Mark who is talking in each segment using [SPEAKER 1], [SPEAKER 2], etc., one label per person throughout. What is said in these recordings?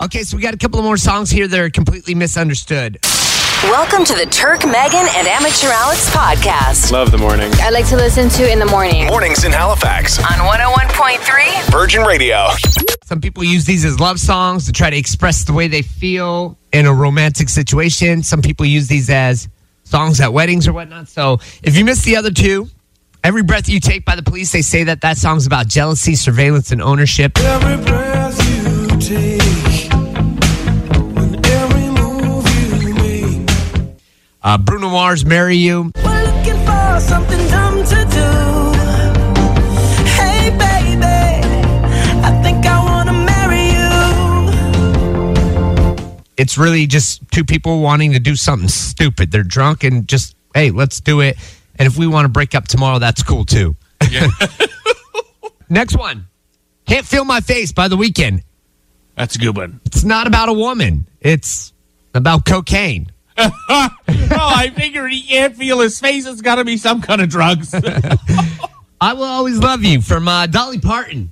[SPEAKER 1] Okay, so we got a couple of more songs here that are completely misunderstood.
[SPEAKER 2] Welcome to the Turk, Megan, and Amateur Alex podcast
[SPEAKER 3] Love the morning.
[SPEAKER 4] I like to listen to in the morning.
[SPEAKER 5] Mornings in Halifax.
[SPEAKER 2] on 101.3
[SPEAKER 5] Virgin Radio.
[SPEAKER 1] Some people use these as love songs to try to express the way they feel in a romantic situation. Some people use these as songs at weddings or whatnot. So if you miss the other two, every breath you take by the police, they say that that song's about jealousy, surveillance, and ownership.
[SPEAKER 6] Every breath you take and every move you make.
[SPEAKER 1] Uh, Bruno Mars, "Marry You."
[SPEAKER 6] We're looking for something dumb to do. Hey, baby, I think I want to marry you.
[SPEAKER 1] It's really just two people wanting to do something stupid. They're drunk and just hey, let's do it. And if we want to break up tomorrow, that's cool too. Next one, "Can't Feel My Face" by the Weekend.
[SPEAKER 7] That's a good one.
[SPEAKER 1] it's not about a woman. It's about cocaine.
[SPEAKER 7] no, I figured he can't feel his face. It's got to be some kind of drugs.
[SPEAKER 1] I will always love you from uh, Dolly Parton.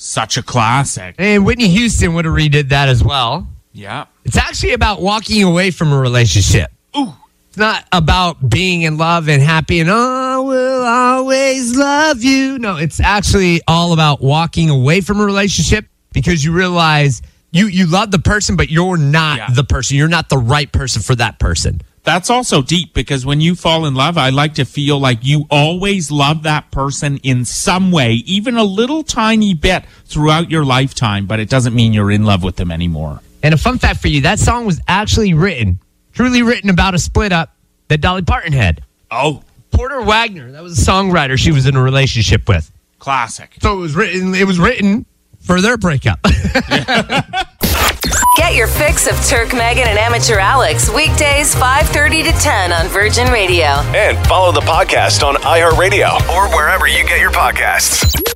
[SPEAKER 7] Such a classic.
[SPEAKER 1] And Whitney Houston would have redid that as well.
[SPEAKER 7] Yeah.
[SPEAKER 1] It's actually about walking away from a relationship.
[SPEAKER 7] Ooh.
[SPEAKER 1] It's not about being in love and happy and I will always love you. No, it's actually all about walking away from a relationship because you realize you you love the person, but you're not
[SPEAKER 7] Yeah.
[SPEAKER 1] the person. You're not the right person for that person.
[SPEAKER 7] That's also deep because when you fall in love, I like to feel like you always love that person in some way, even a little tiny bit throughout your lifetime, but it doesn't mean you're in love with them anymore.
[SPEAKER 1] And a fun fact for you that song was actually written, truly written about a split up that Dolly Parton had.
[SPEAKER 7] Oh,
[SPEAKER 1] Porter Wagner, that was a songwriter she was in a relationship with.
[SPEAKER 7] classic.
[SPEAKER 1] So it was written it was written for their breakup.
[SPEAKER 2] Get your fix of Turk, Megan, and Amateur Alex weekdays 5:30 to 10 on Virgin Radio.
[SPEAKER 5] And follow the podcast on iHeartRadio or wherever you get your podcasts.